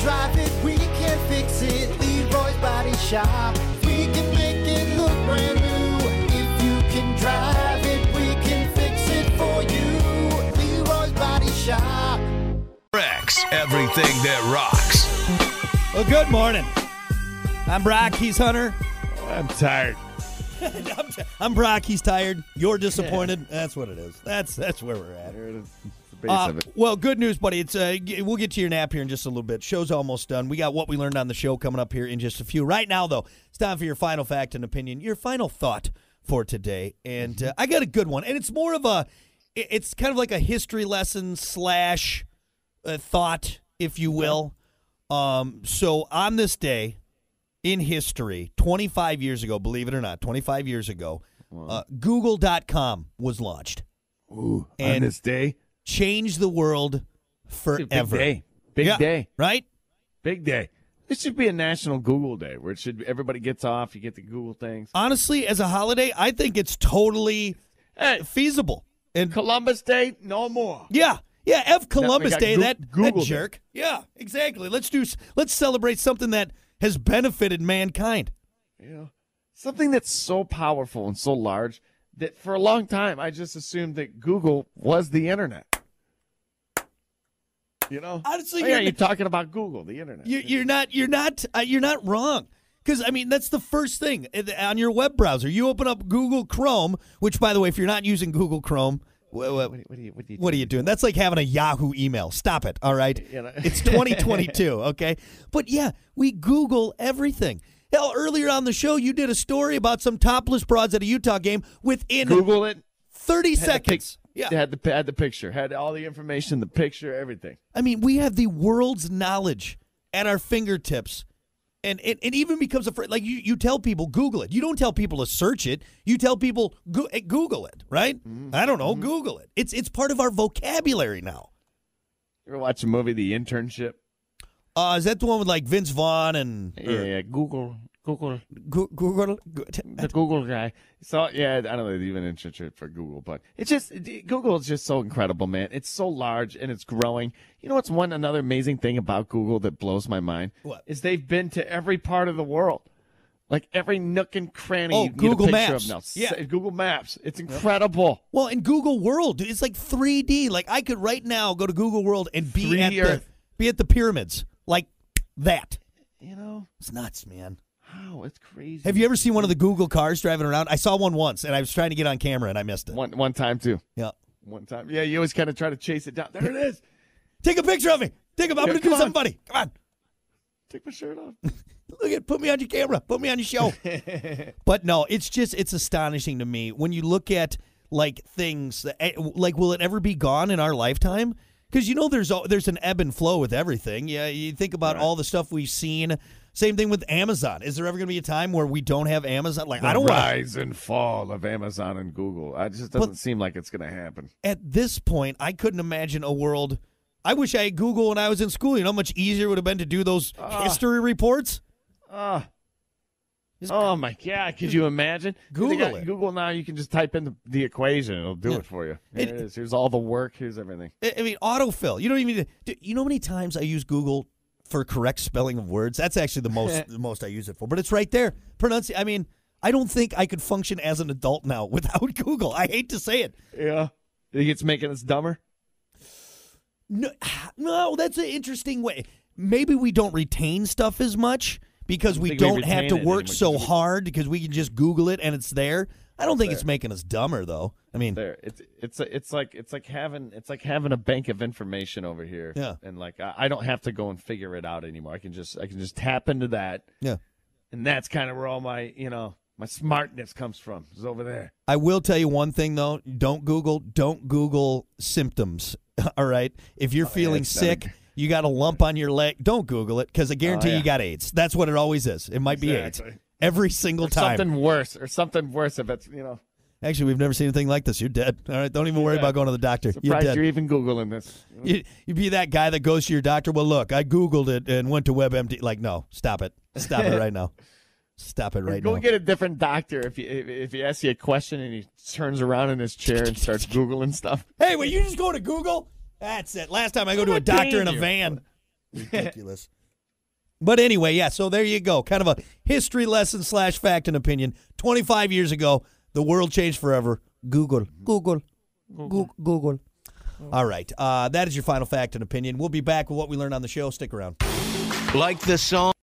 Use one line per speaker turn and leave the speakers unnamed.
drive it, we can fix it. Leroy's Body Shop. We can make it look brand new. If you can drive it, we can fix it for you. Leroy's Body Shop.
Rex, everything that rocks.
Well, good morning. I'm Brock. He's Hunter.
I'm tired.
I'm Brock. He's tired. You're disappointed. That's what it is. That's that's where we're at.
There it is. It's the base
Uh,
of it.
well, good news, buddy. It's uh, g- we'll get to your nap here in just a little bit. Show's almost done. We got what we learned on the show coming up here in just a few. Right now, though, it's time for your final fact and opinion. Your final thought for today,
Mm-hmm.
and uh, I got a good one. And it's more of a, i- it's kind of like a history lesson slash uh, thought, if
Mm-hmm.
you will. Um, so on this day in history, 25 years ago, believe it or not, 25 years ago, uh, Google.com was launched.
Ooh, on
and-
this day,
Changed the world
big
forever.
day, big
Yeah,
day,
Right?
big day. This should be a national Google day where it should everybody gets off. You get to Google things.
Honestly, as a holiday, I think it's totally
Hey,
feasible. And
Columbus Day, no more.
yeah, yeah, F Columbus
got
Day,
Goo-
that, that
Googled it.
jerk. Yeah, exactly. Let's do s- let's celebrate something that has benefited mankind.
You know, something that's so powerful and so large that for a long time I just assumed that Google was the internet. You know,
Honestly,
Oh, yeah,
you're-
you're talking about Google, the internet.
You're, you're not you're not uh, you're not wrong. Because I mean, that's the first thing uh, th- on your web browser. You open up Google Chrome, which, by the way, if you're not using Google Chrome, wha- wha-
what, do you- what do you? What do you?
What are you doing? That's like having a Yahoo email. Stop it. All right.
You know.
it's 2022. Okay. But yeah, we Google everything. Hell, earlier on the show, you did a story about some topless broads at a Utah game within
Google it.
30
had the pic-
seconds. yeah.
had the had the picture, had all the information, the picture, everything.
I mean, we have the world's knowledge at our fingertips. And it, it even becomes a fr- like you, you tell people Google it. You don't tell people to search it. You tell people go- eh, Google it, right?
Mm-hmm.
I don't know, Google it. It's it's part of our vocabulary now.
You ever watch the movie The Internship?
Uh, is that the one with like Vince Vaughn and
Yeah, yeah, Google, Google,
Gu- Google? Gu- t-
the Google guy. So yeah, I don't know if even internship for Google, but it's just it- Google is just so incredible, man. It's so large and it's growing. You know what's one another amazing thing about Google that blows my mind?
What?
is they've been to every part of the world. Like every nook and cranny.
Oh,
you can get a
Google
picture
Maps.
Of now.
Yeah.
S- Google Maps. It's incredible.
Well, in Google World, dude, it's like 3D. Like I could right now go to Google World and be
3D
at the
Earth.
be at the pyramids, like that.
You know
It's nuts, man.
how it's crazy.
Have you ever seen one of the Google cars driving around? I saw one once, and I was trying to get on camera, and I missed it.
one one time too?
Yeah,
One time. Yeah, you always kind of try to chase it down. There it is.
take a picture of me. Take a. I'm
Yeah,
gonna do
come on.
something funny. Come on.
Take my shirt off.
Look at put me on your camera, put me on your show. but no, it's just it's astonishing to me when you look at like things that- eh, like will it ever be gone in our lifetime? Because you know there's a, there's an ebb and flow with everything. Yeah, you think about all the stuff we've seen. Same thing with Amazon. Is there ever going to be a time where we don't have Amazon? Like I don't want to
rise and fall of Amazon and Google. It just doesn't seem like it's going to happen.
at this point, I couldn't imagine a world. I wish I had Google when I was in school. You know how much easier it would have been to do those history reports.
Ah. oh my God! Could you imagine? They
Google
got
it.
Google now. You can just type in the, the equation. It'll do
Yeah.
it for you.
It-
Here it is. Here's all the work. Here's everything.
I I mean, autofill. You don't even. need to- do- You know how many times I use Google for correct spelling of words? That's actually the most the most I use it for. But it's right there. Pronounci. I mean, I don't think I could function as an adult now without Google. I hate to say it.
Yeah. You think it's making us dumber?
No, no, that's an interesting way. Maybe we don't retain stuff as much because we
think we
don't have
retain
to
it
work
anymore
so
because we-
hard because we can just Google it and it's there. I don't think it's making us dumber though. I mean,
There. It's it's it's like it's like having it's like having a bank of information over here.
Yeah.
And like I, I don't have to go and figure it out anymore. I can just I can just tap into that.
yeah.
and that's kind of where all my you know my smartness comes from is over there
I will tell you one thing though. Don't Google. Don't Google symptoms. All right. If you're
Oh,
feeling
it's not a
sick,
good- Oh,
you got a lump on your leg. Don't Google it because I guarantee
yeah.
you got AIDS. That's what it always is. It might be AIDS
Exactly.
every single
or
time.
something worse or something worse if it's you know
Actually, we've never seen anything like this. You're dead. All right. Don't even worry about going to the doctor. You're
surprised
dead.
you're even googling this
You, you'd be that guy that goes to your doctor. Well, look, I Googled it and went to WebMD. Like, no, stop it. Stop it right now. Stop it right
go
now.
get a different doctor if you if, if he asks you a question and he turns around in his chair and starts googling stuff
hey, will you just go to Google? That's it. Last time I go to a doctor in a
you.
van. Ridiculous. But anyway, yeah, so there you go. Kind of a history lesson slash fact and opinion. 25 years ago, the world changed forever. Google. Google. Google. Google. All right. Uh, that is your final fact and opinion. We'll be back with what we learned on the show. Stick around.
Like the song.